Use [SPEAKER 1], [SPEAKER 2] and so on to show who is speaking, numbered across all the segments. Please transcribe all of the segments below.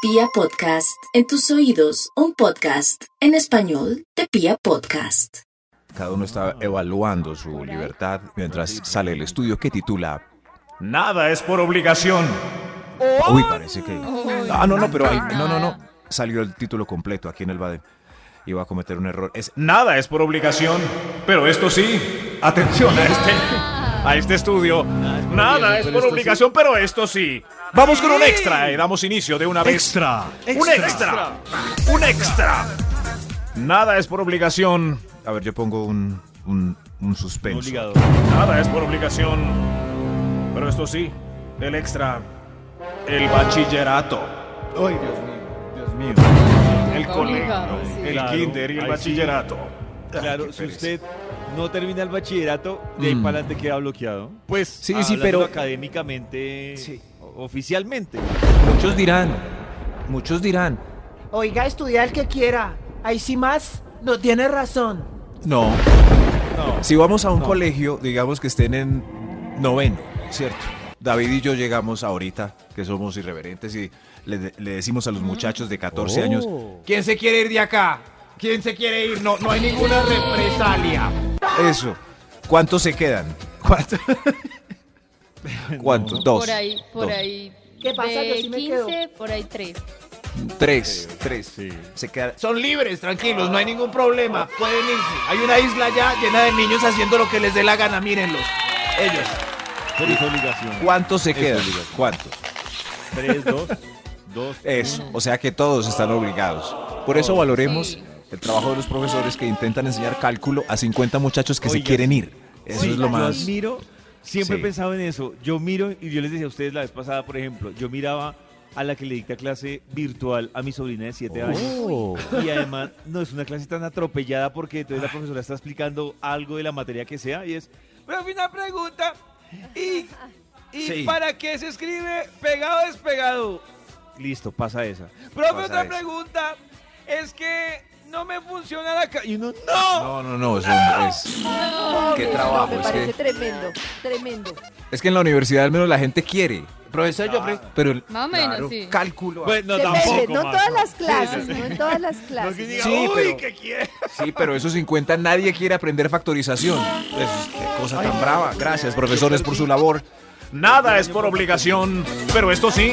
[SPEAKER 1] Pia Podcast, en tus oídos, un podcast en español de Pia Podcast.
[SPEAKER 2] Cada uno está evaluando su libertad mientras sale el estudio que titula Nada es por obligación. Uy, parece que. Ah, no, no, pero ahí- no, no, no. Salió el título completo aquí en el BADE. Iba a cometer un error. Es Nada es por obligación. Pero esto sí. Atención a este, a este estudio. Nada es por obligación, pero esto sí. Vamos con un extra y damos inicio de una vez.
[SPEAKER 3] Extra.
[SPEAKER 2] Un extra. Un extra. Nada es por obligación. A ver, yo pongo un, un, un suspenso.
[SPEAKER 3] Obligado.
[SPEAKER 2] Nada es por obligación. Pero esto sí, el extra. El bachillerato.
[SPEAKER 3] Ay, Dios mío, Dios mío.
[SPEAKER 2] El colegio.
[SPEAKER 4] Obligado, sí.
[SPEAKER 2] El
[SPEAKER 3] Claro,
[SPEAKER 2] kinder y el
[SPEAKER 3] ahí sí.
[SPEAKER 2] bachillerato. Ay,
[SPEAKER 3] Claro,
[SPEAKER 2] qué
[SPEAKER 3] si
[SPEAKER 2] pereza.
[SPEAKER 3] usted no termina el bachillerato, de ahí
[SPEAKER 2] Mm.
[SPEAKER 3] para adelante queda bloqueado. Pues
[SPEAKER 2] sí, sí,
[SPEAKER 3] hablándolo
[SPEAKER 2] pero-
[SPEAKER 3] académicamente,
[SPEAKER 2] Sí.
[SPEAKER 3] o- oficialmente.
[SPEAKER 2] Muchos dirán. Muchos dirán.
[SPEAKER 5] Oiga, estudiar el que quiera. Ahí sí más, no tiene razón.
[SPEAKER 2] No.
[SPEAKER 3] No.
[SPEAKER 2] Si vamos a un
[SPEAKER 3] No.
[SPEAKER 2] colegio, digamos que estén en noveno, ¿cierto? David y yo llegamos ahorita, que somos irreverentes, y le, de- le decimos a los muchachos de 14 años,
[SPEAKER 3] Oh.
[SPEAKER 6] ¿Quién se quiere ir de acá? ¿Quién se quiere ir? No, no hay ninguna represalia.
[SPEAKER 2] eso, ¿cuántos se quedan? ¿Cuántos? ¿Cuántos? Dos.
[SPEAKER 4] Por ahí, por
[SPEAKER 2] dos,
[SPEAKER 4] ahí.
[SPEAKER 5] ¿Qué pasa?
[SPEAKER 4] De
[SPEAKER 5] Yo sí me
[SPEAKER 4] 15,
[SPEAKER 5] quedo.
[SPEAKER 4] por ahí 3.
[SPEAKER 2] Tres, tres.
[SPEAKER 3] Sí.
[SPEAKER 2] Se quedan.
[SPEAKER 6] Son libres, tranquilos, no hay ningún problema. Pueden irse. Hay una isla ya llena de niños haciendo lo que les dé la gana, mírenlos. Ellos.
[SPEAKER 3] Pero es obligación.
[SPEAKER 2] ¿Cuántos se
[SPEAKER 3] Eso,
[SPEAKER 2] quedan?
[SPEAKER 3] digo.
[SPEAKER 2] ¿Cuántos?
[SPEAKER 3] Tres, dos, dos.
[SPEAKER 2] Eso, o sea que todos están obligados. Por eso valoremos
[SPEAKER 4] Sí.
[SPEAKER 2] el trabajo de los profesores que intentan enseñar cálculo a 50 muchachos que se
[SPEAKER 3] Oiga.
[SPEAKER 2] quieren ir. Eso
[SPEAKER 3] Sí,
[SPEAKER 2] es lo
[SPEAKER 3] Yo
[SPEAKER 2] más...
[SPEAKER 3] miro, siempre
[SPEAKER 2] Sí.
[SPEAKER 3] he pensado en eso. Yo miro, y yo les decía a ustedes la vez pasada, por ejemplo, yo miraba a la que le dicta clase virtual a mi sobrina de 7
[SPEAKER 2] Oh.
[SPEAKER 3] años. Y además, no es una clase tan atropellada porque entonces la
[SPEAKER 2] Ah.
[SPEAKER 3] profesora está explicando algo de la materia que sea y es, profe, una pregunta. ¿Y, y
[SPEAKER 2] Sí.
[SPEAKER 3] para qué se escribe pegado despegado? Listo, pasa esa. Profe,
[SPEAKER 2] Pasa
[SPEAKER 3] otra
[SPEAKER 2] esa.
[SPEAKER 3] pregunta. Es que no me funciona la... ca-". Y uno,
[SPEAKER 2] No, no, no, es, un- es- qué trabajo.
[SPEAKER 7] Me
[SPEAKER 2] es,
[SPEAKER 7] parece
[SPEAKER 2] que,
[SPEAKER 7] tremendo, tremendo.
[SPEAKER 2] es que en la universidad al menos la gente quiere.
[SPEAKER 6] Profesor, yo pre-
[SPEAKER 2] Pero el
[SPEAKER 4] Más o menos, sí.
[SPEAKER 2] cálculo.
[SPEAKER 3] Bueno,
[SPEAKER 7] Depende,
[SPEAKER 3] tampoco.
[SPEAKER 7] no en
[SPEAKER 3] Max,
[SPEAKER 7] todas
[SPEAKER 3] no.
[SPEAKER 7] las clases, no en todas las
[SPEAKER 3] No que
[SPEAKER 7] clases.
[SPEAKER 3] diga,
[SPEAKER 2] Sí,
[SPEAKER 3] uy,
[SPEAKER 2] pero-
[SPEAKER 3] ¿qué quiere?
[SPEAKER 2] Sí, pero esos 50 nadie quiere aprender factorización. Es- qué cosa tan brava. Gracias, profesores, por su labor. Nada es por obligación, pero esto sí.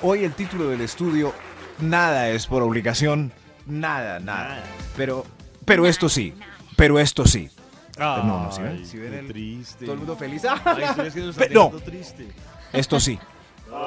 [SPEAKER 2] Hoy el título del estudio, Nada es por obligación. Nada, nada.
[SPEAKER 3] Nada.
[SPEAKER 2] Pero, pero esto sí. Pero esto sí.
[SPEAKER 3] Ah,
[SPEAKER 2] No, no, ¿sí ven? ¿Sí ven
[SPEAKER 3] qué
[SPEAKER 2] el-
[SPEAKER 3] triste.
[SPEAKER 2] todo el mundo feliz?
[SPEAKER 3] Ay, ustedes que nos están
[SPEAKER 2] Pe- no.
[SPEAKER 3] dejando triste.
[SPEAKER 2] Esto sí.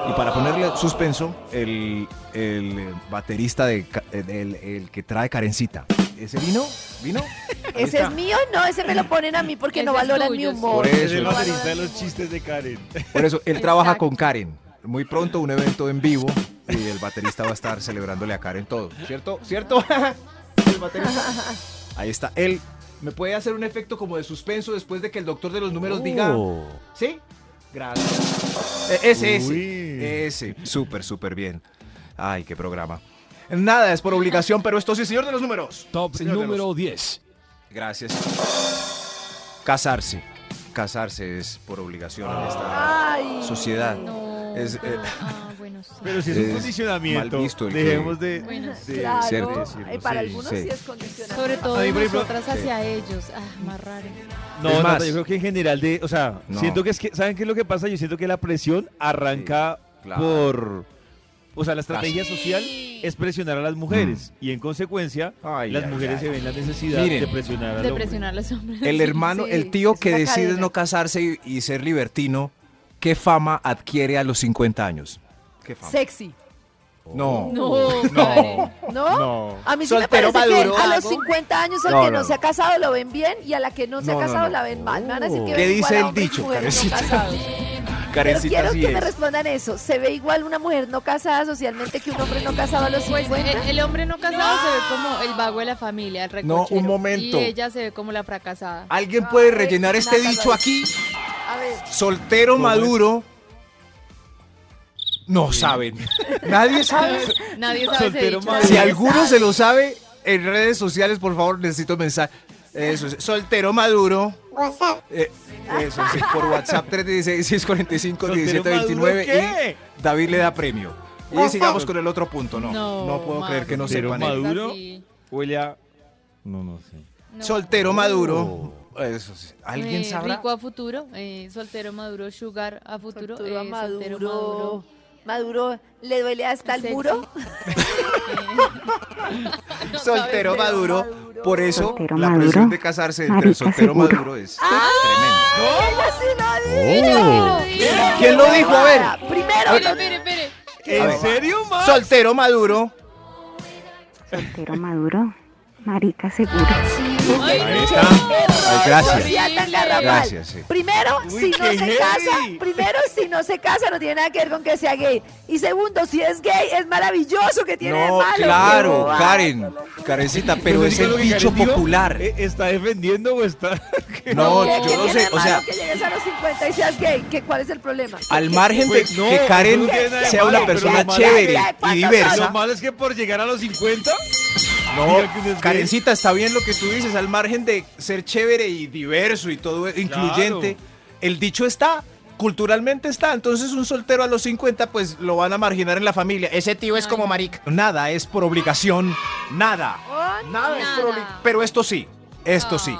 [SPEAKER 2] Y para ponerle suspenso, el, el, eh, baterista de, Ca- eh, del- el que trae carencita. ¿Ese vino? ¿Vino? Ahí
[SPEAKER 7] ¿Ese
[SPEAKER 2] está.
[SPEAKER 7] es mío? No, ese me lo ponen a mí porque no
[SPEAKER 4] Ese es
[SPEAKER 7] valoran mi
[SPEAKER 4] tuyo, sí.
[SPEAKER 7] humor.
[SPEAKER 2] Por
[SPEAKER 3] Es el
[SPEAKER 2] Eso.
[SPEAKER 3] baterista de los chistes de Karen.
[SPEAKER 2] Por eso, él trabaja
[SPEAKER 4] Exacto.
[SPEAKER 2] con Karen. Muy pronto un evento en vivo y el baterista va a estar celebrándole a Karen todo. ¿Cierto? ¿Cierto? El baterista. Ahí está. Él
[SPEAKER 6] ¿Me puede hacer un efecto como de suspenso después de que el doctor de los números diga?
[SPEAKER 2] Oh.
[SPEAKER 6] ¿Sí? Gracias. E- ese,
[SPEAKER 3] Oh, Uy.
[SPEAKER 6] ese.
[SPEAKER 2] Ese, súper, súper bien. Ay, qué programa. Nada es por obligación, pero esto sí, señor de los números. Top número 10. Gracias. Casarse. Casarse es por obligación en
[SPEAKER 7] Ah.
[SPEAKER 2] esta
[SPEAKER 7] Ay,
[SPEAKER 2] sociedad.
[SPEAKER 4] No.
[SPEAKER 2] Es, eh,
[SPEAKER 4] Ah, bueno, sí.
[SPEAKER 3] Pero si es un
[SPEAKER 2] Es
[SPEAKER 3] condicionamiento,
[SPEAKER 2] mal visto el que-
[SPEAKER 3] dejemos de...
[SPEAKER 4] Bueno, sí.
[SPEAKER 3] de-
[SPEAKER 7] claro.
[SPEAKER 2] cierto.
[SPEAKER 7] Ay, para
[SPEAKER 3] Sí,
[SPEAKER 7] algunos
[SPEAKER 2] sí.
[SPEAKER 7] sí, es condicionante.
[SPEAKER 4] Sobre todo
[SPEAKER 3] Ay,
[SPEAKER 4] de
[SPEAKER 3] por ejemplo,
[SPEAKER 4] nosotras hacia ellos. Ah, más raro.
[SPEAKER 3] No,
[SPEAKER 2] Es
[SPEAKER 3] Nata,
[SPEAKER 2] más.
[SPEAKER 3] yo creo que en general de... O sea,
[SPEAKER 2] No.
[SPEAKER 3] siento que es que... ¿Saben qué es lo que pasa? Yo siento que la presión arranca
[SPEAKER 2] Sí, claro.
[SPEAKER 3] por... O sea, la estrategia
[SPEAKER 2] Gracias.
[SPEAKER 3] social es presionar a las mujeres. Y en consecuencia,
[SPEAKER 2] Mm. Ay,
[SPEAKER 3] las
[SPEAKER 2] ay,
[SPEAKER 3] mujeres
[SPEAKER 2] ay.
[SPEAKER 3] se ven la necesidad
[SPEAKER 2] Miren.
[SPEAKER 3] de presionar al
[SPEAKER 4] De
[SPEAKER 3] hombre.
[SPEAKER 4] presionar a los hombres.
[SPEAKER 2] El hermano,
[SPEAKER 7] sí,
[SPEAKER 2] el tío
[SPEAKER 7] es
[SPEAKER 2] que
[SPEAKER 7] una
[SPEAKER 2] decide
[SPEAKER 7] cadena.
[SPEAKER 2] no casarse y, y ser libertino, ¿qué fama adquiere a los 50 años? ¿Qué fama?
[SPEAKER 7] Sexy.
[SPEAKER 2] No.
[SPEAKER 4] No, no.
[SPEAKER 7] ¿No?
[SPEAKER 3] No.
[SPEAKER 7] A mí sí
[SPEAKER 6] Soltero,
[SPEAKER 7] me parece
[SPEAKER 6] maduro,
[SPEAKER 7] que a los
[SPEAKER 6] vago.
[SPEAKER 7] 50 años al
[SPEAKER 2] No,
[SPEAKER 7] que
[SPEAKER 2] no,
[SPEAKER 7] no,
[SPEAKER 2] no.
[SPEAKER 7] se ha casado lo ven bien y a la que no se
[SPEAKER 2] No,
[SPEAKER 7] ha
[SPEAKER 2] no,
[SPEAKER 7] casado
[SPEAKER 2] no.
[SPEAKER 7] la ven mal. Me van a decir que
[SPEAKER 2] ¿Qué
[SPEAKER 7] ven igual
[SPEAKER 2] dice
[SPEAKER 7] a
[SPEAKER 2] el
[SPEAKER 7] hombres y
[SPEAKER 2] dicho,
[SPEAKER 7] mujeres no
[SPEAKER 2] Karencita?
[SPEAKER 7] casados. Pero
[SPEAKER 2] Karencita,
[SPEAKER 7] quiero
[SPEAKER 2] así
[SPEAKER 7] que me
[SPEAKER 2] es.
[SPEAKER 7] respondan eso. ¿Se ve igual una mujer no casada socialmente que un hombre no casado a los
[SPEAKER 4] Pues
[SPEAKER 7] 50?
[SPEAKER 4] eh, el hombre no casado se ve como el vago de la familia, el
[SPEAKER 2] No, un
[SPEAKER 4] recochero.
[SPEAKER 2] momento.
[SPEAKER 4] Y ella se ve como la fracasada.
[SPEAKER 2] ¿Alguien puede
[SPEAKER 7] Ay,
[SPEAKER 2] rellenar este
[SPEAKER 7] Nata,
[SPEAKER 2] dicho
[SPEAKER 7] lo-
[SPEAKER 2] aquí?
[SPEAKER 4] eh.
[SPEAKER 7] A ver.
[SPEAKER 2] Soltero
[SPEAKER 3] ¿Cómo es?
[SPEAKER 2] maduro. No saben. Nadie sabe.
[SPEAKER 4] Nadie sabe
[SPEAKER 3] Soltero
[SPEAKER 4] ese dicho.
[SPEAKER 3] maduro.
[SPEAKER 2] Si
[SPEAKER 3] Nadie
[SPEAKER 2] alguno se lo sabe en redes sociales, por favor, necesito mensaje. Eso es. Soltero maduro. WhatsApp. eso sí, por WhatsApp 316 45 17
[SPEAKER 3] ¿Soltero maduro
[SPEAKER 2] 29
[SPEAKER 3] qué?
[SPEAKER 2] y David le da premio. Y sigamos con el otro punto, no. No,
[SPEAKER 4] No,
[SPEAKER 2] puedo
[SPEAKER 4] más.
[SPEAKER 2] creer que no
[SPEAKER 3] Pero
[SPEAKER 2] sepan. el-
[SPEAKER 3] Maduro.
[SPEAKER 4] Sí.
[SPEAKER 3] Huele a... No, no sé.
[SPEAKER 4] No.
[SPEAKER 2] Soltero maduro. Eso sí. ¿Alguien
[SPEAKER 4] Eh,
[SPEAKER 2] sabrá?
[SPEAKER 4] Rico a futuro, eh, soltero maduro, sugar a futuro,
[SPEAKER 7] Futuro a
[SPEAKER 4] eh, soltero
[SPEAKER 7] Maduro. Maduro le duele hasta el
[SPEAKER 4] Sexy.
[SPEAKER 7] muro.
[SPEAKER 4] Eh, maduro.
[SPEAKER 2] soltero
[SPEAKER 7] sabe,
[SPEAKER 2] maduro.
[SPEAKER 7] Maduro.
[SPEAKER 2] Por eso
[SPEAKER 8] Soltero
[SPEAKER 2] la
[SPEAKER 8] maduro.
[SPEAKER 2] presión de casarse entre
[SPEAKER 8] Marica
[SPEAKER 2] soltero
[SPEAKER 8] seguro.
[SPEAKER 2] maduro es tremenda.
[SPEAKER 7] ¡Ella sí lo dijo!
[SPEAKER 2] ¿Quién lo dijo? A ver.
[SPEAKER 7] Primero,
[SPEAKER 4] Espere, espere, espere.
[SPEAKER 2] A
[SPEAKER 3] ¿En
[SPEAKER 2] ver.
[SPEAKER 3] serio, ma?
[SPEAKER 2] Soltero maduro.
[SPEAKER 8] Soltero maduro, marica seguro.
[SPEAKER 2] Ahí
[SPEAKER 4] Ay,
[SPEAKER 2] está. Ay, gracias.
[SPEAKER 7] Sociata en la ramal.
[SPEAKER 2] Gracias, sí.
[SPEAKER 7] Primero,
[SPEAKER 3] Uy,
[SPEAKER 7] si no
[SPEAKER 3] qué
[SPEAKER 7] se
[SPEAKER 3] heavy.
[SPEAKER 7] casa, primero, si no se casa, no tiene nada que ver con que sea gay. Y segundo, si es gay, es maravilloso que tiene de
[SPEAKER 2] No,
[SPEAKER 7] malo.
[SPEAKER 2] claro,
[SPEAKER 7] Qué
[SPEAKER 2] Karen. Karencita, pero
[SPEAKER 3] Entonces,
[SPEAKER 2] es
[SPEAKER 3] ¿qué
[SPEAKER 2] el
[SPEAKER 3] lo que
[SPEAKER 2] dicho
[SPEAKER 3] Karen dijo?
[SPEAKER 2] popular.
[SPEAKER 3] ¿E- ¿Está defendiendo o está...?
[SPEAKER 2] No,
[SPEAKER 7] bobada. ¿Qué-
[SPEAKER 2] yo
[SPEAKER 7] qué
[SPEAKER 2] no
[SPEAKER 7] tiene
[SPEAKER 2] sé.
[SPEAKER 7] de
[SPEAKER 2] O
[SPEAKER 7] malo
[SPEAKER 2] sea,
[SPEAKER 7] que llegues a los 50 y seas gay? ¿Qué, ¿Cuál es el problema?
[SPEAKER 2] al margen de
[SPEAKER 3] Pues no,
[SPEAKER 2] que Karen
[SPEAKER 3] eso no tiene nada de
[SPEAKER 2] sea una
[SPEAKER 3] malo, pero
[SPEAKER 2] persona
[SPEAKER 3] lo malo-
[SPEAKER 2] chévere
[SPEAKER 7] Ya, ya,
[SPEAKER 2] y
[SPEAKER 7] cuando
[SPEAKER 3] Lo
[SPEAKER 2] diversa,
[SPEAKER 3] malo es que por llegar a los 50...
[SPEAKER 2] no,
[SPEAKER 3] diga que uno es gay.
[SPEAKER 2] Oh, Karencita, está bien lo que tú dices, al margen de ser chévere y diverso y todo incluyente, el dicho está, culturalmente está, entonces un soltero a los 50 pues lo van a marginar en la familia. Ese tío es como marica. Nada es por obligación, nada.
[SPEAKER 7] Oh, no.
[SPEAKER 2] Nada es por
[SPEAKER 4] Nada.
[SPEAKER 2] obli- Pero esto sí, esto sí.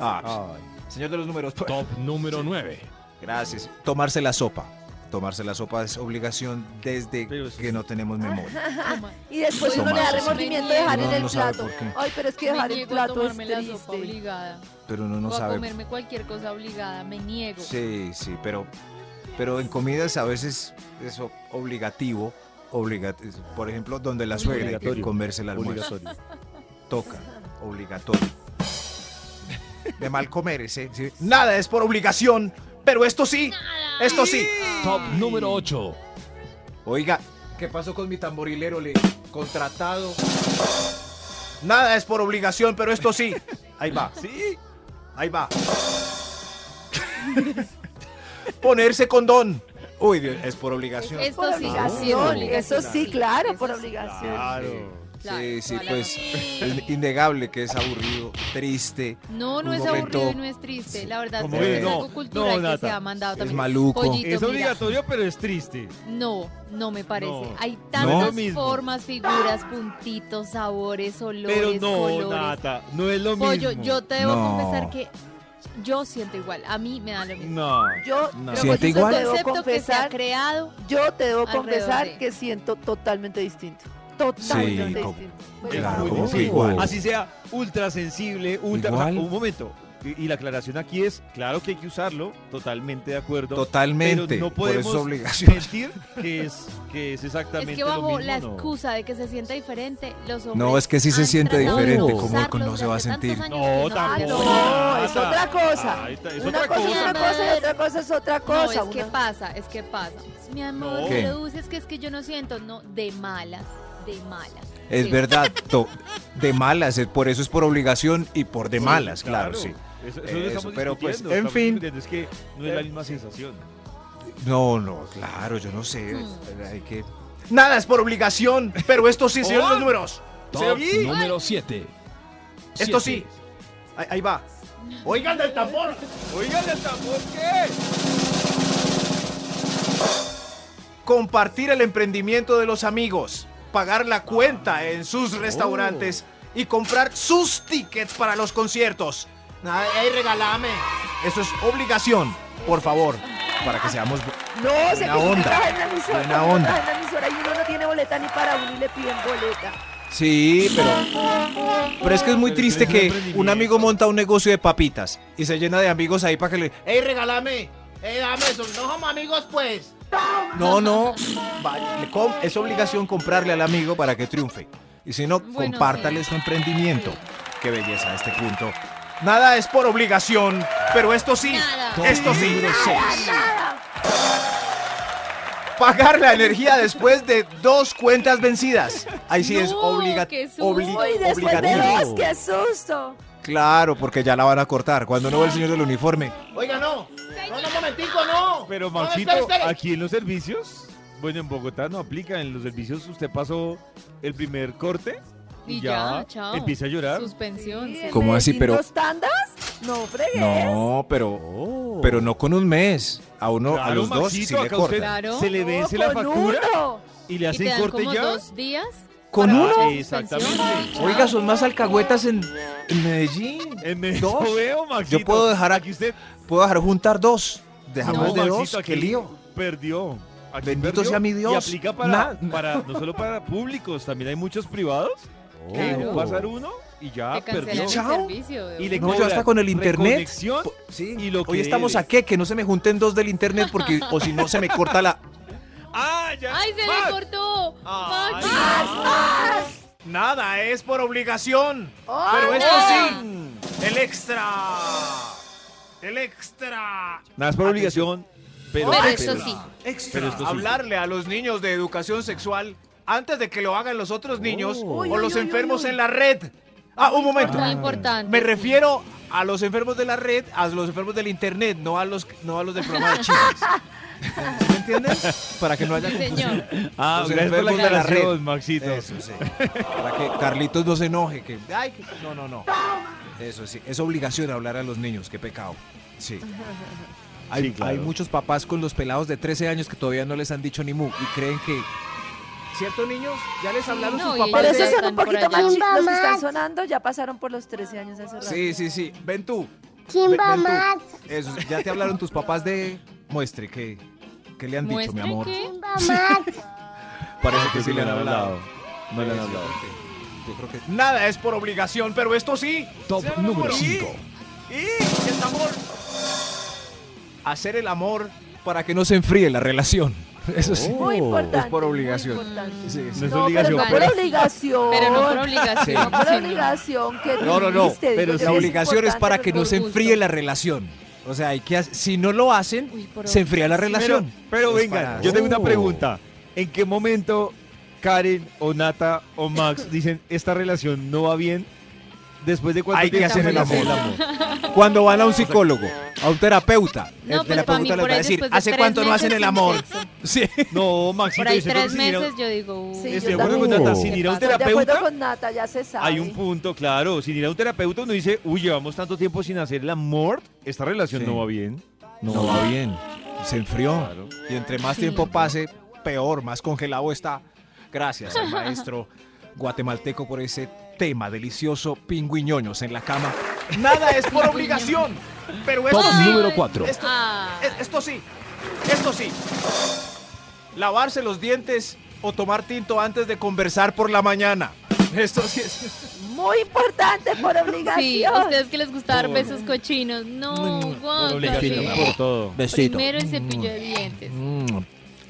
[SPEAKER 2] Ah,
[SPEAKER 3] Ay.
[SPEAKER 2] señor de los números. pues.
[SPEAKER 9] Top número 9.
[SPEAKER 2] Gracias. Tomarse la sopa. Tomarse la sopa es obligación desde
[SPEAKER 3] Pero eso
[SPEAKER 2] que
[SPEAKER 3] sí.
[SPEAKER 2] no tenemos memoria.
[SPEAKER 4] Toma.
[SPEAKER 7] Y
[SPEAKER 2] Pues
[SPEAKER 7] después uno le da
[SPEAKER 2] nomás.
[SPEAKER 7] remordimiento de dejar
[SPEAKER 2] No,
[SPEAKER 7] en el
[SPEAKER 2] no sabe
[SPEAKER 7] plato.
[SPEAKER 2] por qué.
[SPEAKER 7] Ay, pero es que
[SPEAKER 4] Me
[SPEAKER 7] dejar el
[SPEAKER 4] niego a
[SPEAKER 7] plato es
[SPEAKER 4] tomarme la sopa
[SPEAKER 7] triste.
[SPEAKER 4] obligada.
[SPEAKER 2] Pero uno no
[SPEAKER 4] o a
[SPEAKER 2] sabe.
[SPEAKER 4] comerme cualquier cosa obligada, me niego.
[SPEAKER 2] Sí, sí, pero, pero en comidas a veces es o- obligativo. obliga- es- por ejemplo, donde la suegra hay que
[SPEAKER 3] Obligatorio.
[SPEAKER 2] comerse el almuerzo. Toca, obligatorio. De mal comer ese. sí. Nada es por obligación, pero esto sí. Esto sí.
[SPEAKER 9] Top número 8.
[SPEAKER 2] Oiga, ¿qué pasó con mi tamborilero? Le contratado. Nada es por obligación, pero esto sí. Ahí va.
[SPEAKER 3] ¿Sí?
[SPEAKER 2] Ahí va. Ponerse condón. Uy, Dios, es por obligación.
[SPEAKER 4] Es-
[SPEAKER 7] Por
[SPEAKER 4] Esto sí,
[SPEAKER 7] obligación,
[SPEAKER 4] sí, es obligación.
[SPEAKER 7] eso sí, claro,
[SPEAKER 4] Eso
[SPEAKER 7] por
[SPEAKER 4] sí.
[SPEAKER 7] obligación.
[SPEAKER 4] Claro,
[SPEAKER 2] Sí, sí,
[SPEAKER 4] toda la
[SPEAKER 2] pues
[SPEAKER 4] razón.
[SPEAKER 2] es innegable que es aburrido, triste.
[SPEAKER 4] No, no
[SPEAKER 2] Un
[SPEAKER 4] es
[SPEAKER 2] momento.
[SPEAKER 4] aburrido y no es triste. La verdad,
[SPEAKER 3] ¿Cómo
[SPEAKER 4] pero
[SPEAKER 3] es?
[SPEAKER 4] es
[SPEAKER 3] No,
[SPEAKER 4] algo cultural
[SPEAKER 3] no,
[SPEAKER 4] que se
[SPEAKER 3] Nata.
[SPEAKER 4] ha mandado
[SPEAKER 2] Es
[SPEAKER 4] también.
[SPEAKER 2] maluco.
[SPEAKER 4] Pollito,
[SPEAKER 3] Es
[SPEAKER 4] mira.
[SPEAKER 3] obligatorio, pero es triste.
[SPEAKER 4] No, no me parece.
[SPEAKER 3] No.
[SPEAKER 4] Hay
[SPEAKER 2] No.
[SPEAKER 4] tantas
[SPEAKER 3] Lo mismo.
[SPEAKER 4] formas, figuras, puntitos, sabores,
[SPEAKER 3] Pero
[SPEAKER 4] olores,
[SPEAKER 3] no,
[SPEAKER 4] colores.
[SPEAKER 3] Nata, no es lo
[SPEAKER 4] Pollo,
[SPEAKER 3] mismo.
[SPEAKER 4] yo te debo
[SPEAKER 2] No.
[SPEAKER 4] confesar que yo siento igual. A mí me da lo mismo.
[SPEAKER 3] No.
[SPEAKER 7] Yo,
[SPEAKER 3] No.
[SPEAKER 2] ¿Siente
[SPEAKER 7] creo que
[SPEAKER 4] Es
[SPEAKER 7] yo
[SPEAKER 4] un
[SPEAKER 2] igual?
[SPEAKER 7] te debo
[SPEAKER 4] concepto que se ha
[SPEAKER 7] confesar,
[SPEAKER 4] creado.
[SPEAKER 7] yo te debo
[SPEAKER 4] alrededor
[SPEAKER 7] confesar
[SPEAKER 4] de-
[SPEAKER 7] que siento totalmente distinto. Totalmente
[SPEAKER 2] Sí, como-
[SPEAKER 7] distinto.
[SPEAKER 4] Pues
[SPEAKER 3] Es
[SPEAKER 2] Claro,
[SPEAKER 3] muy
[SPEAKER 2] como
[SPEAKER 3] difícil.
[SPEAKER 2] que igual.
[SPEAKER 3] Así sea ultra sensible, ultra. o sea,
[SPEAKER 2] Igual.
[SPEAKER 3] un momento. Y, y la aclaración aquí es: claro que hay que usarlo, totalmente de acuerdo.
[SPEAKER 2] Totalmente.
[SPEAKER 3] Pero no
[SPEAKER 2] por eso
[SPEAKER 3] podemos
[SPEAKER 2] es obligación.
[SPEAKER 3] mentir que es, que es exactamente
[SPEAKER 4] Es que
[SPEAKER 3] lo
[SPEAKER 4] bajo
[SPEAKER 3] mismo.
[SPEAKER 4] la
[SPEAKER 3] no.
[SPEAKER 4] excusa de que se sienta diferente, los hombres.
[SPEAKER 2] No, es que sí se
[SPEAKER 4] han
[SPEAKER 2] siente
[SPEAKER 4] tratado de
[SPEAKER 2] diferente.
[SPEAKER 9] no
[SPEAKER 2] ¿Cómo
[SPEAKER 4] usarlos
[SPEAKER 2] no se va a
[SPEAKER 4] durante
[SPEAKER 2] sentir?
[SPEAKER 4] tantos años
[SPEAKER 3] No,
[SPEAKER 4] que
[SPEAKER 7] Ah,
[SPEAKER 3] tampoco.
[SPEAKER 7] no,
[SPEAKER 3] Nada.
[SPEAKER 7] es otra cosa.
[SPEAKER 3] Ahí está, es
[SPEAKER 7] una
[SPEAKER 3] otra
[SPEAKER 7] cosa, es
[SPEAKER 3] cosa.
[SPEAKER 7] una cosa y otra cosa es otra
[SPEAKER 4] No,
[SPEAKER 7] cosa.
[SPEAKER 4] es que
[SPEAKER 7] Una-
[SPEAKER 4] pasa, es que pasa. Mi amor,
[SPEAKER 2] ¿Qué?
[SPEAKER 4] lo uses que es que yo no siento, no, de malas, de malas.
[SPEAKER 2] Es
[SPEAKER 4] Sí.
[SPEAKER 2] verdad, to- de malas, eh, por eso es por obligación y por de malas, claro, sí.
[SPEAKER 3] Eso,
[SPEAKER 2] Eso, pero
[SPEAKER 3] pero
[SPEAKER 2] pues,
[SPEAKER 3] pues,
[SPEAKER 2] en fin. Eh,
[SPEAKER 3] Es que no es la misma sensación.
[SPEAKER 2] No, no, claro, yo no sé. Hay que... Nada es por obligación, pero esto sí, señor de los números.
[SPEAKER 9] Top
[SPEAKER 2] Sí.
[SPEAKER 9] número 7.
[SPEAKER 2] Esto sí. Ahí, ahí va. Oigan del tambor.
[SPEAKER 3] Oigan, ¿el tambor qué?
[SPEAKER 2] Compartir el emprendimiento de los amigos. Pagar la cuenta en sus restaurantes. Y comprar sus tickets para los conciertos. Ay, ay, regalame. Eso es obligación, por favor. Para que seamos...
[SPEAKER 7] No, o sea,
[SPEAKER 2] Buena
[SPEAKER 7] que si
[SPEAKER 2] onda,
[SPEAKER 7] uno trabaja en la emisora,
[SPEAKER 2] buena
[SPEAKER 7] cuando uno
[SPEAKER 2] onda.
[SPEAKER 7] trabaja en la emisora y uno no tiene boleta ni para uno y le piden boleta.
[SPEAKER 2] Sí, pero... Pero es que es muy
[SPEAKER 3] Pero
[SPEAKER 2] triste
[SPEAKER 3] es un
[SPEAKER 2] que un
[SPEAKER 3] emprendimiento.
[SPEAKER 2] amigo monta un negocio de papitas y se llena de amigos ahí para que le... eh,
[SPEAKER 6] ¡Ey, regálame! ¡Ey, dame eso! ¡No somos amigos, pues!
[SPEAKER 2] No, no. Va- le com- es obligación comprarle al amigo para que triunfe. Y si no,
[SPEAKER 4] Bueno,
[SPEAKER 2] compártale
[SPEAKER 4] sí.
[SPEAKER 2] su emprendimiento. Qué belleza a este punto. Nada es por obligación, pero esto sí.
[SPEAKER 4] Nada.
[SPEAKER 2] Esto sí. Pagar la energía después de dos cuentas vencidas. Ahí sí es
[SPEAKER 4] No,
[SPEAKER 2] obliga-
[SPEAKER 4] qué susto.
[SPEAKER 2] obli-
[SPEAKER 7] Uy, después de
[SPEAKER 2] obligatorio.
[SPEAKER 7] dos, qué susto.
[SPEAKER 2] Claro, porque ya la van a cortar. Cuando no ve el señor del uniforme.
[SPEAKER 6] Oiga, no. No, no, momentico, no.
[SPEAKER 3] Pero
[SPEAKER 6] No,
[SPEAKER 3] Maxito,
[SPEAKER 6] espere, espere.
[SPEAKER 3] aquí en los servicios, bueno, en Bogotá no aplica. En los servicios usted pasó el primer corte y,
[SPEAKER 4] Y
[SPEAKER 3] ya,
[SPEAKER 4] ya, chao.
[SPEAKER 3] empieza a llorar.
[SPEAKER 4] Suspensión. sí.
[SPEAKER 2] ¿Cómo
[SPEAKER 7] ¿el de
[SPEAKER 2] así, pero-
[SPEAKER 7] ¿Dos tandas? No, fregues.
[SPEAKER 2] No, pero, pero no con un mes. A uno, a
[SPEAKER 3] Claro,
[SPEAKER 2] los dos, sí
[SPEAKER 3] Maxito,
[SPEAKER 2] le
[SPEAKER 3] acá usted
[SPEAKER 2] cortan.
[SPEAKER 4] Claro.
[SPEAKER 3] Se le
[SPEAKER 7] No,
[SPEAKER 3] vence la
[SPEAKER 7] con
[SPEAKER 3] factura.
[SPEAKER 7] uno.
[SPEAKER 3] Y le
[SPEAKER 4] Y te
[SPEAKER 3] hacen
[SPEAKER 4] dan
[SPEAKER 3] corte
[SPEAKER 4] como
[SPEAKER 3] ya.
[SPEAKER 4] dos días.
[SPEAKER 2] ¿Con
[SPEAKER 4] para
[SPEAKER 2] uno?
[SPEAKER 4] la
[SPEAKER 3] Exactamente.
[SPEAKER 4] suspensión.
[SPEAKER 2] Oiga, son más alcahuetas en, en Medellín.
[SPEAKER 3] En Eso
[SPEAKER 2] Dos.
[SPEAKER 3] veo, Maxito.
[SPEAKER 2] Yo puedo dejar
[SPEAKER 3] aquí usted.
[SPEAKER 2] Puedo dejar juntar dos. Dejamos
[SPEAKER 3] No,
[SPEAKER 2] de
[SPEAKER 3] Maxito,
[SPEAKER 2] dos. Qué
[SPEAKER 3] aquí
[SPEAKER 2] lío.
[SPEAKER 3] Perdió. Aquí
[SPEAKER 2] Bendito
[SPEAKER 3] perdió.
[SPEAKER 2] sea mi
[SPEAKER 3] Y
[SPEAKER 2] Dios.
[SPEAKER 3] aplica para,
[SPEAKER 2] Na-
[SPEAKER 3] para no solo para públicos, también hay muchos privados. Que
[SPEAKER 4] Claro.
[SPEAKER 2] Oh.
[SPEAKER 3] va a pasar uno y ya
[SPEAKER 4] Te cancelan
[SPEAKER 3] perdió.
[SPEAKER 4] el
[SPEAKER 2] Chao.
[SPEAKER 4] servicio. de
[SPEAKER 3] Y
[SPEAKER 4] una.
[SPEAKER 3] le
[SPEAKER 2] No, yo
[SPEAKER 3] cobran
[SPEAKER 2] hasta con el internet.
[SPEAKER 3] reconexión.
[SPEAKER 2] Po- Sí.
[SPEAKER 3] y lo
[SPEAKER 2] Hoy
[SPEAKER 3] que
[SPEAKER 2] estamos
[SPEAKER 3] eres.
[SPEAKER 2] a qué, que no se me junten dos del internet porque o si no se me corta la.
[SPEAKER 3] ¡Ah, ya!
[SPEAKER 4] ¡Ay, se
[SPEAKER 3] Max.
[SPEAKER 4] le cortó!
[SPEAKER 3] Ay,
[SPEAKER 4] Max.
[SPEAKER 10] Nada es por obligación.
[SPEAKER 7] ¡Hola!
[SPEAKER 10] sí. El extra. El extra.
[SPEAKER 3] Nada
[SPEAKER 2] Ah,
[SPEAKER 3] es por obligación. Pero,
[SPEAKER 4] Pero eso sí,
[SPEAKER 3] Pero esto sí.
[SPEAKER 10] Hablarle a los niños de educación sexual antes de que lo hagan los otros niños
[SPEAKER 7] Oh. Uy,
[SPEAKER 10] o
[SPEAKER 7] uy,
[SPEAKER 10] los
[SPEAKER 7] uy, uy,
[SPEAKER 10] enfermos
[SPEAKER 7] uy.
[SPEAKER 10] en la red. Ah, un momento.
[SPEAKER 4] muy importante.
[SPEAKER 2] Me
[SPEAKER 4] sí.
[SPEAKER 2] refiero a los enfermos de la red, a los enfermos del internet, no a los, no a los del programa de chistes. ¿Sí ¿Me entiendes? Para que no haya
[SPEAKER 4] Sí,
[SPEAKER 2] confusión.
[SPEAKER 4] señor.
[SPEAKER 3] Ah,
[SPEAKER 2] Los
[SPEAKER 3] gracias por la
[SPEAKER 2] enfermos de la red.
[SPEAKER 3] aclaración, Maxito.
[SPEAKER 2] Eso, sí. Para que Carlitos no se enoje. Que, ay, que- no, no, no. Eso sí, es obligación hablar a los niños, qué pecado. Sí. Hay,
[SPEAKER 3] Sí, claro.
[SPEAKER 2] hay muchos papás con los pelados de 13 años que todavía no les han dicho ni mu y creen que. ¿Cierto, niños? Ya les hablaron
[SPEAKER 4] No,
[SPEAKER 2] sus
[SPEAKER 4] y
[SPEAKER 2] papás
[SPEAKER 7] Pero
[SPEAKER 4] ellos
[SPEAKER 2] de-
[SPEAKER 7] esos son
[SPEAKER 4] Están
[SPEAKER 7] un
[SPEAKER 4] por
[SPEAKER 7] poquito
[SPEAKER 4] allá.
[SPEAKER 7] más chicos. Los que
[SPEAKER 11] Chimba
[SPEAKER 7] están
[SPEAKER 11] Max.
[SPEAKER 7] sonando ya pasaron por los 13 años hace rato.
[SPEAKER 2] Sí, sí, sí. Ven tú. Ve-
[SPEAKER 11] Chimba
[SPEAKER 2] ven tú.
[SPEAKER 11] Max.
[SPEAKER 2] Eso, sí, ya te hablaron tus papás de. Muestre, ¿qué, qué le han dicho, mi
[SPEAKER 4] Muestre
[SPEAKER 2] amor?
[SPEAKER 4] que
[SPEAKER 11] Chimba Max.
[SPEAKER 2] Parece
[SPEAKER 3] Creo
[SPEAKER 2] que sí le han hablado.
[SPEAKER 3] No le han hablado.
[SPEAKER 2] Yo creo que.
[SPEAKER 10] Nada es por obligación, pero esto sí.
[SPEAKER 6] Top
[SPEAKER 10] Se
[SPEAKER 6] número
[SPEAKER 10] enamoró.
[SPEAKER 6] 5.
[SPEAKER 10] Y el amor.
[SPEAKER 2] Hacer el amor para que no se enfríe la relación. Eso sí.
[SPEAKER 7] Muy
[SPEAKER 3] Oh.
[SPEAKER 7] importante.
[SPEAKER 2] Oh. Es por
[SPEAKER 7] muy
[SPEAKER 2] obligación.
[SPEAKER 7] importante.
[SPEAKER 2] Sí, sí.
[SPEAKER 3] No es
[SPEAKER 7] No, pero
[SPEAKER 3] obligación.
[SPEAKER 7] no por
[SPEAKER 4] pero-
[SPEAKER 7] obligación.
[SPEAKER 4] Pero no por
[SPEAKER 2] Sí.
[SPEAKER 4] obligación.
[SPEAKER 7] No por
[SPEAKER 4] señor.
[SPEAKER 7] obligación. qué
[SPEAKER 2] No, no, no,
[SPEAKER 7] triste, digo
[SPEAKER 3] pero
[SPEAKER 7] yo
[SPEAKER 3] sí.
[SPEAKER 7] que
[SPEAKER 2] La obligación es
[SPEAKER 7] importante,
[SPEAKER 2] para
[SPEAKER 7] pero
[SPEAKER 2] que no
[SPEAKER 7] por
[SPEAKER 2] se
[SPEAKER 7] gusto.
[SPEAKER 2] enfríe la relación. O sea, hay que ha- si no lo hacen,
[SPEAKER 4] Uy, por
[SPEAKER 2] se enfría la
[SPEAKER 3] Pero,
[SPEAKER 2] relación.
[SPEAKER 3] pero
[SPEAKER 2] Es
[SPEAKER 3] venga,
[SPEAKER 2] para-
[SPEAKER 3] yo tengo una
[SPEAKER 6] Oh.
[SPEAKER 3] pregunta. ¿En qué momento Karen o Nata o Max dicen esta relación no va bien? Después de cuánto
[SPEAKER 2] Hay que
[SPEAKER 3] tiempo
[SPEAKER 2] hacer el
[SPEAKER 3] hacen
[SPEAKER 2] amor. Cuando van a un psicólogo, a un terapeuta, este,
[SPEAKER 4] No,
[SPEAKER 2] el
[SPEAKER 4] pues para mí
[SPEAKER 2] terapeuta les
[SPEAKER 4] por
[SPEAKER 2] va a
[SPEAKER 4] ahí
[SPEAKER 2] decir,
[SPEAKER 4] después de
[SPEAKER 2] ¿hace
[SPEAKER 4] tres
[SPEAKER 2] cuánto no hacen
[SPEAKER 4] meses
[SPEAKER 2] el
[SPEAKER 4] sin
[SPEAKER 2] amor?
[SPEAKER 4] sexo.
[SPEAKER 2] Sí.
[SPEAKER 3] No, Maxito,
[SPEAKER 4] Por ahí
[SPEAKER 3] yo creo que
[SPEAKER 4] tres
[SPEAKER 3] sin ir a-
[SPEAKER 4] meses yo digo, uy,
[SPEAKER 7] Sí, yo
[SPEAKER 3] Estoy de acuerdo con
[SPEAKER 7] también.
[SPEAKER 3] pues, Nata, sin ir a un
[SPEAKER 4] ¿Qué pasa?
[SPEAKER 7] De acuerdo
[SPEAKER 3] terapeuta,
[SPEAKER 7] con Nata, ya se sabe.
[SPEAKER 3] hay un punto, claro. Sin ir a un terapeuta uno dice, uy, llevamos tanto tiempo sin hacer el amor, esta relación
[SPEAKER 2] Sí.
[SPEAKER 3] no va bien.
[SPEAKER 2] No, va bien, se enfrió.
[SPEAKER 3] Claro.
[SPEAKER 2] Y entre más
[SPEAKER 4] Sí.
[SPEAKER 2] tiempo pase, peor, más congelado está. Gracias al maestro guatemalteco por ese tema delicioso, pingüiñoños en la cama.
[SPEAKER 10] Nada es por obligación, pero esto
[SPEAKER 6] Top
[SPEAKER 4] Ay.
[SPEAKER 10] sí.
[SPEAKER 6] número 4.
[SPEAKER 10] Esto,
[SPEAKER 4] Ah.
[SPEAKER 10] e- esto sí. Esto sí.
[SPEAKER 2] lavarse los dientes o tomar tinto antes de conversar por la mañana. Esto sí es.
[SPEAKER 7] Muy importante por obligación.
[SPEAKER 4] Sí, a ustedes que les gusta dar besos cochinos. No,
[SPEAKER 3] Por obligación,
[SPEAKER 4] guántame.
[SPEAKER 3] por todo.
[SPEAKER 4] Primero el cepillo de dientes.
[SPEAKER 2] Mm.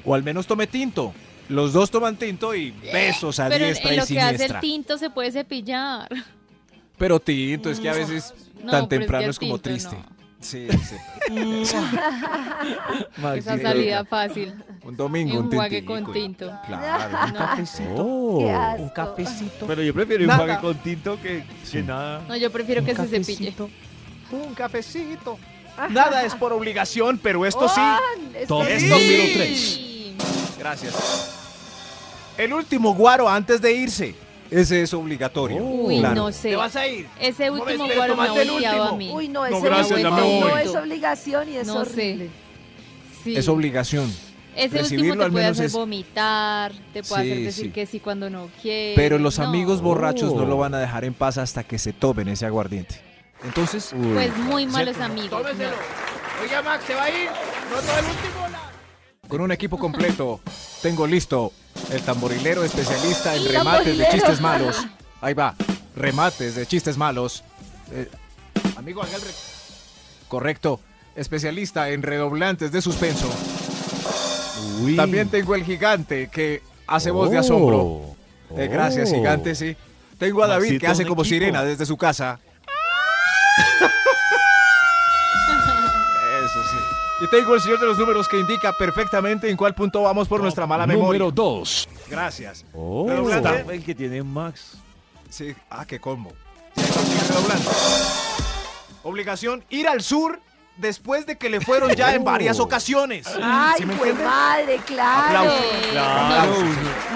[SPEAKER 2] O al menos tome tinto. Los dos toman tinto y besos a
[SPEAKER 4] Eh, Pero en,
[SPEAKER 2] diestra
[SPEAKER 4] en lo
[SPEAKER 2] y
[SPEAKER 4] que hace el
[SPEAKER 2] siniestra.
[SPEAKER 4] tinto se puede cepillar.
[SPEAKER 2] Pero tinto es que a veces
[SPEAKER 4] Mm.
[SPEAKER 2] tan
[SPEAKER 4] No, pero es que
[SPEAKER 2] temprano
[SPEAKER 4] el
[SPEAKER 2] es como
[SPEAKER 4] tinto
[SPEAKER 2] triste.
[SPEAKER 4] no.
[SPEAKER 2] Sí, sí.
[SPEAKER 4] Esa salida fácil.
[SPEAKER 2] Un domingo, un
[SPEAKER 4] Enjuague
[SPEAKER 2] tinto.
[SPEAKER 4] con tinto.
[SPEAKER 2] Claro, un
[SPEAKER 4] No.
[SPEAKER 2] cafecito.
[SPEAKER 7] Qué asco.
[SPEAKER 3] Pero yo prefiero
[SPEAKER 2] Nada.
[SPEAKER 3] un con tinto que, que nada.
[SPEAKER 4] No, yo prefiero que se cepille.
[SPEAKER 10] Un cafecito. Nada es por obligación, pero esto sí.
[SPEAKER 7] Juan, esto
[SPEAKER 6] Top
[SPEAKER 7] sí.
[SPEAKER 6] número 3.
[SPEAKER 4] Sí.
[SPEAKER 2] Gracias. El último guaro antes de irse. Ese es obligatorio.
[SPEAKER 4] Uy,
[SPEAKER 2] claro.
[SPEAKER 4] no sé.
[SPEAKER 10] Te vas a ir.
[SPEAKER 4] Ese último
[SPEAKER 10] espera,
[SPEAKER 4] guaro me ha
[SPEAKER 10] tomate el
[SPEAKER 4] odiado a
[SPEAKER 10] último.
[SPEAKER 4] mí.
[SPEAKER 7] Uy, no, ese
[SPEAKER 10] No,
[SPEAKER 7] no,
[SPEAKER 10] gracias,
[SPEAKER 7] es-
[SPEAKER 10] ya me
[SPEAKER 7] no
[SPEAKER 10] voy.
[SPEAKER 7] es obligación y es
[SPEAKER 4] No sé.
[SPEAKER 7] horrible.
[SPEAKER 4] Sí.
[SPEAKER 2] Es obligación.
[SPEAKER 4] Ese último
[SPEAKER 2] recibirlo
[SPEAKER 4] te
[SPEAKER 2] al
[SPEAKER 4] puede
[SPEAKER 2] menos
[SPEAKER 4] hacer
[SPEAKER 2] es-
[SPEAKER 4] vomitar, te puede hacer
[SPEAKER 2] Sí,
[SPEAKER 4] decir
[SPEAKER 2] sí.
[SPEAKER 4] que sí cuando no quieres.
[SPEAKER 2] Pero los
[SPEAKER 4] Eh, no.
[SPEAKER 2] amigos borrachos no
[SPEAKER 6] Oh.
[SPEAKER 2] lo van a dejar en paz hasta que se tomen ese aguardiente. Entonces,
[SPEAKER 4] Pues muy malos amigos.
[SPEAKER 10] Tómeselo.
[SPEAKER 4] no.
[SPEAKER 10] Oiga, Max, se va a ir. No todo el último. la-
[SPEAKER 2] con un equipo completo, tengo listo el tamborilero especialista en
[SPEAKER 7] El
[SPEAKER 2] remates de
[SPEAKER 7] tamborilero.
[SPEAKER 2] chistes malos. Ahí va, remates de chistes malos. Eh, amigo, haga el re- Correcto, especialista en redoblantes de suspenso.
[SPEAKER 6] Uy.
[SPEAKER 2] También tengo el gigante que hace voz de asombro. Eh, gracias,
[SPEAKER 6] Oh.
[SPEAKER 2] gigante, sí. Tengo a David que
[SPEAKER 3] Maxito,
[SPEAKER 2] hace
[SPEAKER 3] un
[SPEAKER 2] como
[SPEAKER 3] equipo.
[SPEAKER 2] sirena desde su casa. Eso sí. Y tengo el señor de los números que indica perfectamente en cuál punto vamos por nuestra mala memoria.
[SPEAKER 6] Número 2.
[SPEAKER 2] Gracias.
[SPEAKER 6] Oh.
[SPEAKER 2] Pero
[SPEAKER 3] Está
[SPEAKER 2] Blanda-
[SPEAKER 3] el que tiene Max.
[SPEAKER 2] Sí, ah, qué combo.
[SPEAKER 10] Redoblando. Obligación, ir al sur después de que le fueron ya en varias ocasiones.
[SPEAKER 7] Ay,
[SPEAKER 10] ¿Sí me
[SPEAKER 7] pues
[SPEAKER 10] entiende?
[SPEAKER 7] madre, claro.
[SPEAKER 2] Aplausos.
[SPEAKER 4] Eh,
[SPEAKER 2] Ah,
[SPEAKER 3] Claro.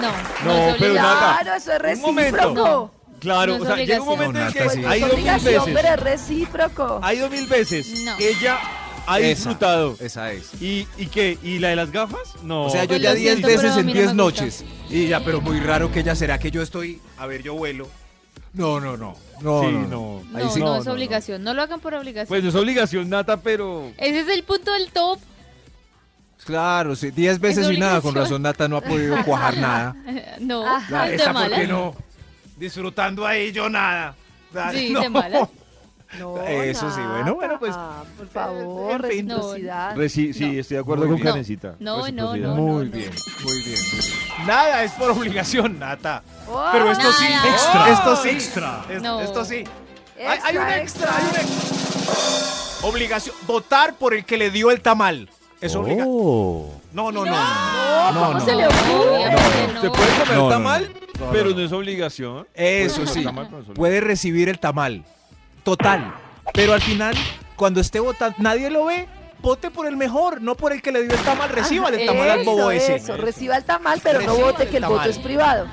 [SPEAKER 4] No,
[SPEAKER 3] No,
[SPEAKER 4] no, es
[SPEAKER 3] pero
[SPEAKER 4] obligatorio.
[SPEAKER 3] Nata,
[SPEAKER 7] Claro, eso es
[SPEAKER 3] un momento.
[SPEAKER 7] recíproco.
[SPEAKER 3] Claro,
[SPEAKER 4] No es
[SPEAKER 3] o sea, llega un
[SPEAKER 4] obligación.
[SPEAKER 3] momento en
[SPEAKER 2] No,
[SPEAKER 3] que
[SPEAKER 2] Nata,
[SPEAKER 7] Pues
[SPEAKER 2] sí.
[SPEAKER 7] no
[SPEAKER 3] ha
[SPEAKER 7] es
[SPEAKER 3] ido mil
[SPEAKER 7] obligación,
[SPEAKER 2] Ah,
[SPEAKER 3] veces.
[SPEAKER 7] pero es recíproco.
[SPEAKER 3] Ha ido mil veces.
[SPEAKER 4] No.
[SPEAKER 3] Ella ha
[SPEAKER 2] Esa,
[SPEAKER 3] disfrutado.
[SPEAKER 2] Esa es.
[SPEAKER 3] ¿Y, ¿Y qué? ¿Y la de las gafas? No.
[SPEAKER 2] O sea, yo
[SPEAKER 4] Pues
[SPEAKER 2] ya
[SPEAKER 4] lo
[SPEAKER 2] 10
[SPEAKER 4] siento,
[SPEAKER 2] veces
[SPEAKER 4] pero a
[SPEAKER 2] en
[SPEAKER 4] mí no
[SPEAKER 2] 10
[SPEAKER 4] me gusta.
[SPEAKER 2] noches. Y ya, pero muy raro que ella será que yo estoy. A ver, yo vuelo. No, no, no. No,
[SPEAKER 3] Sí,
[SPEAKER 2] no, no.
[SPEAKER 3] no.
[SPEAKER 4] No,
[SPEAKER 2] Ahí sí.
[SPEAKER 4] no,
[SPEAKER 2] No, no,
[SPEAKER 4] es
[SPEAKER 2] no.
[SPEAKER 4] obligación. No. lo hagan por obligación.
[SPEAKER 3] Pues no es obligación nata, pero.
[SPEAKER 4] Ese es el punto del top.
[SPEAKER 2] Claro, sí. 10 veces
[SPEAKER 4] Es
[SPEAKER 2] y nada. Con razón,
[SPEAKER 4] obligación.
[SPEAKER 2] Nata no ha podido cuajar nada.
[SPEAKER 4] No,
[SPEAKER 7] Ajá.
[SPEAKER 4] es de
[SPEAKER 2] esa, ¿por
[SPEAKER 4] malas.
[SPEAKER 2] qué no? Disfrutando ahí yo nada. Ah,
[SPEAKER 4] Sí,
[SPEAKER 2] no.
[SPEAKER 4] de malas.
[SPEAKER 7] No,
[SPEAKER 2] Eso sí, bueno, bueno, pues,
[SPEAKER 7] nada, por favor,
[SPEAKER 4] en fin. No.
[SPEAKER 7] reciprocidad.
[SPEAKER 3] Re- sí, sí,
[SPEAKER 4] No.
[SPEAKER 3] estoy de acuerdo
[SPEAKER 2] Muy
[SPEAKER 3] con
[SPEAKER 2] bien.
[SPEAKER 3] Karencita.
[SPEAKER 4] No, no,
[SPEAKER 3] Reciprocidad.
[SPEAKER 4] no,
[SPEAKER 2] Muy
[SPEAKER 4] no.
[SPEAKER 2] bien, muy bien. Nada es por obligación, Nata.
[SPEAKER 7] Oh,
[SPEAKER 2] Pero esto sí,
[SPEAKER 4] Nada.
[SPEAKER 2] extra. Esto sí, extra.
[SPEAKER 4] Ah. No.
[SPEAKER 2] Esto sí.
[SPEAKER 7] extra,
[SPEAKER 2] hay, hay un extra, hay un extra. Obligación. Votar por el que le dio el tamal. Es obligación.
[SPEAKER 6] Oh.
[SPEAKER 2] No, no, no.
[SPEAKER 7] No,
[SPEAKER 2] No,
[SPEAKER 7] ¿cómo
[SPEAKER 2] no.
[SPEAKER 7] se le ocurre?
[SPEAKER 4] Obviamente no.
[SPEAKER 3] Se puede comer
[SPEAKER 6] No, no,
[SPEAKER 3] tamal,
[SPEAKER 2] no, no,
[SPEAKER 3] pero
[SPEAKER 2] no.
[SPEAKER 3] no es obligación.
[SPEAKER 2] Eso
[SPEAKER 3] Puede
[SPEAKER 2] sí.
[SPEAKER 3] comer tamal, pero no es obligación.
[SPEAKER 2] Puede recibir el tamal. Total. Pero al final, cuando esté votando, nadie lo ve. Vote por el mejor, no por el que le dio el tamal. Reciba el tamal al bobo
[SPEAKER 7] Ah, eso,
[SPEAKER 2] ese.
[SPEAKER 7] eso, reciba el tamal, pero no
[SPEAKER 2] Reciba
[SPEAKER 7] vote
[SPEAKER 2] el
[SPEAKER 7] que el voto
[SPEAKER 2] tamal.
[SPEAKER 7] es privado.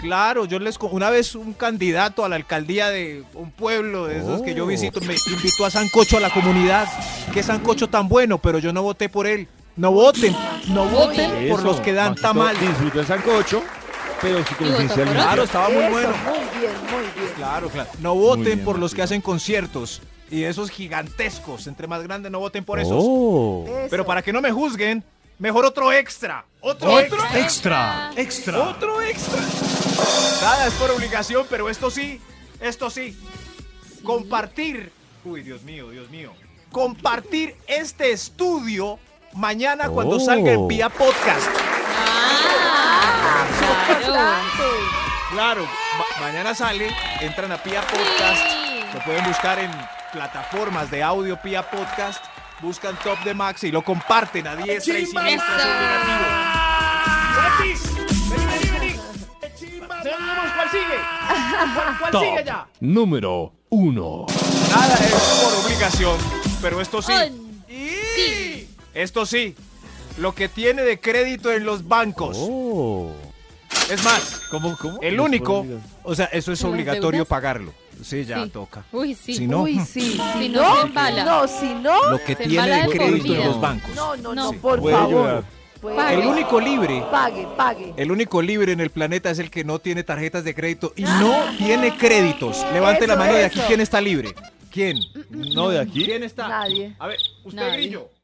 [SPEAKER 2] Claro, yo les co- una vez un candidato a la alcaldía de un pueblo de esos que yo visito me invitó a Sancocho a la comunidad. Qué Sancocho tan bueno, pero yo no voté por él. No voten, no voten
[SPEAKER 3] Eso,
[SPEAKER 2] por los que dan
[SPEAKER 3] Maxito,
[SPEAKER 2] tamal.
[SPEAKER 3] Disfruta el sancocho, pero sí
[SPEAKER 4] Y
[SPEAKER 3] conciencia
[SPEAKER 4] vota por
[SPEAKER 3] limpia.
[SPEAKER 2] Claro, estaba muy
[SPEAKER 7] eso,
[SPEAKER 2] bueno.
[SPEAKER 7] muy bien, muy bien.
[SPEAKER 2] Claro, claro. No
[SPEAKER 3] Muy
[SPEAKER 2] voten
[SPEAKER 3] bien,
[SPEAKER 2] por los que
[SPEAKER 3] Maxito.
[SPEAKER 2] hacen conciertos y esos gigantescos, entre más grandes no voten por esos.
[SPEAKER 6] Oh.
[SPEAKER 7] Eso.
[SPEAKER 2] Pero para que no me juzguen, mejor otro extra. Otro, extra.
[SPEAKER 6] Extra. Extra.
[SPEAKER 2] Otro extra. Nada es por obligación, pero esto sí, esto sí. Compartir. Uy, Dios mío, Dios mío. Compartir este estudio mañana cuando
[SPEAKER 6] Oh.
[SPEAKER 2] salga en Pia Podcast.
[SPEAKER 4] Ah, claro.
[SPEAKER 7] Importante.
[SPEAKER 2] Claro, ma- mañana sale, entran a Pia Podcast. Lo pueden buscar en plataformas de audio Pia Podcast. Buscan Top de Max y lo comparten a diestra y siniestra. es obligativo. Seguimos, ¿cuál sigue? ¿Cuál, cuál
[SPEAKER 12] Top
[SPEAKER 2] sigue ya?
[SPEAKER 12] número 1.
[SPEAKER 2] Nada es por obligación, pero esto sí.
[SPEAKER 4] On.
[SPEAKER 2] Y-
[SPEAKER 4] Oh, Sí.
[SPEAKER 2] Esto sí. Lo que tiene de crédito en los bancos.
[SPEAKER 6] Oh.
[SPEAKER 2] Es más,
[SPEAKER 3] ¿Cómo, cómo?
[SPEAKER 2] el
[SPEAKER 3] No es por
[SPEAKER 2] único.
[SPEAKER 3] obligación.
[SPEAKER 2] O sea, eso es
[SPEAKER 4] ¿Las
[SPEAKER 2] obligatorio
[SPEAKER 4] deudas?
[SPEAKER 2] pagarlo. Sí, ya
[SPEAKER 4] Sí.
[SPEAKER 2] toca.
[SPEAKER 4] Uy, sí.
[SPEAKER 2] Si no,
[SPEAKER 7] Uy, sí. Si
[SPEAKER 4] no, se
[SPEAKER 7] no,
[SPEAKER 4] embala.
[SPEAKER 7] no, si no,
[SPEAKER 2] lo que
[SPEAKER 4] se
[SPEAKER 2] tiene
[SPEAKER 4] embala
[SPEAKER 2] de
[SPEAKER 4] de por
[SPEAKER 2] crédito en
[SPEAKER 4] vida.
[SPEAKER 2] los bancos.
[SPEAKER 7] no, no, no,
[SPEAKER 4] No.
[SPEAKER 7] por
[SPEAKER 3] Puede
[SPEAKER 7] favor.
[SPEAKER 3] llorar.
[SPEAKER 7] Pues,
[SPEAKER 4] Pague.
[SPEAKER 2] El único libre.
[SPEAKER 7] Pague, pague.
[SPEAKER 2] El único libre en el planeta es el que no tiene tarjetas de crédito y no tiene créditos. Levante la
[SPEAKER 7] Eso,
[SPEAKER 2] mano de aquí.
[SPEAKER 7] eso.
[SPEAKER 2] ¿Quién está libre? ¿Quién?
[SPEAKER 3] No, de aquí.
[SPEAKER 2] ¿Quién está?
[SPEAKER 7] Nadie.
[SPEAKER 2] A ver, usted
[SPEAKER 4] Mm, Nadie.
[SPEAKER 2] grillo.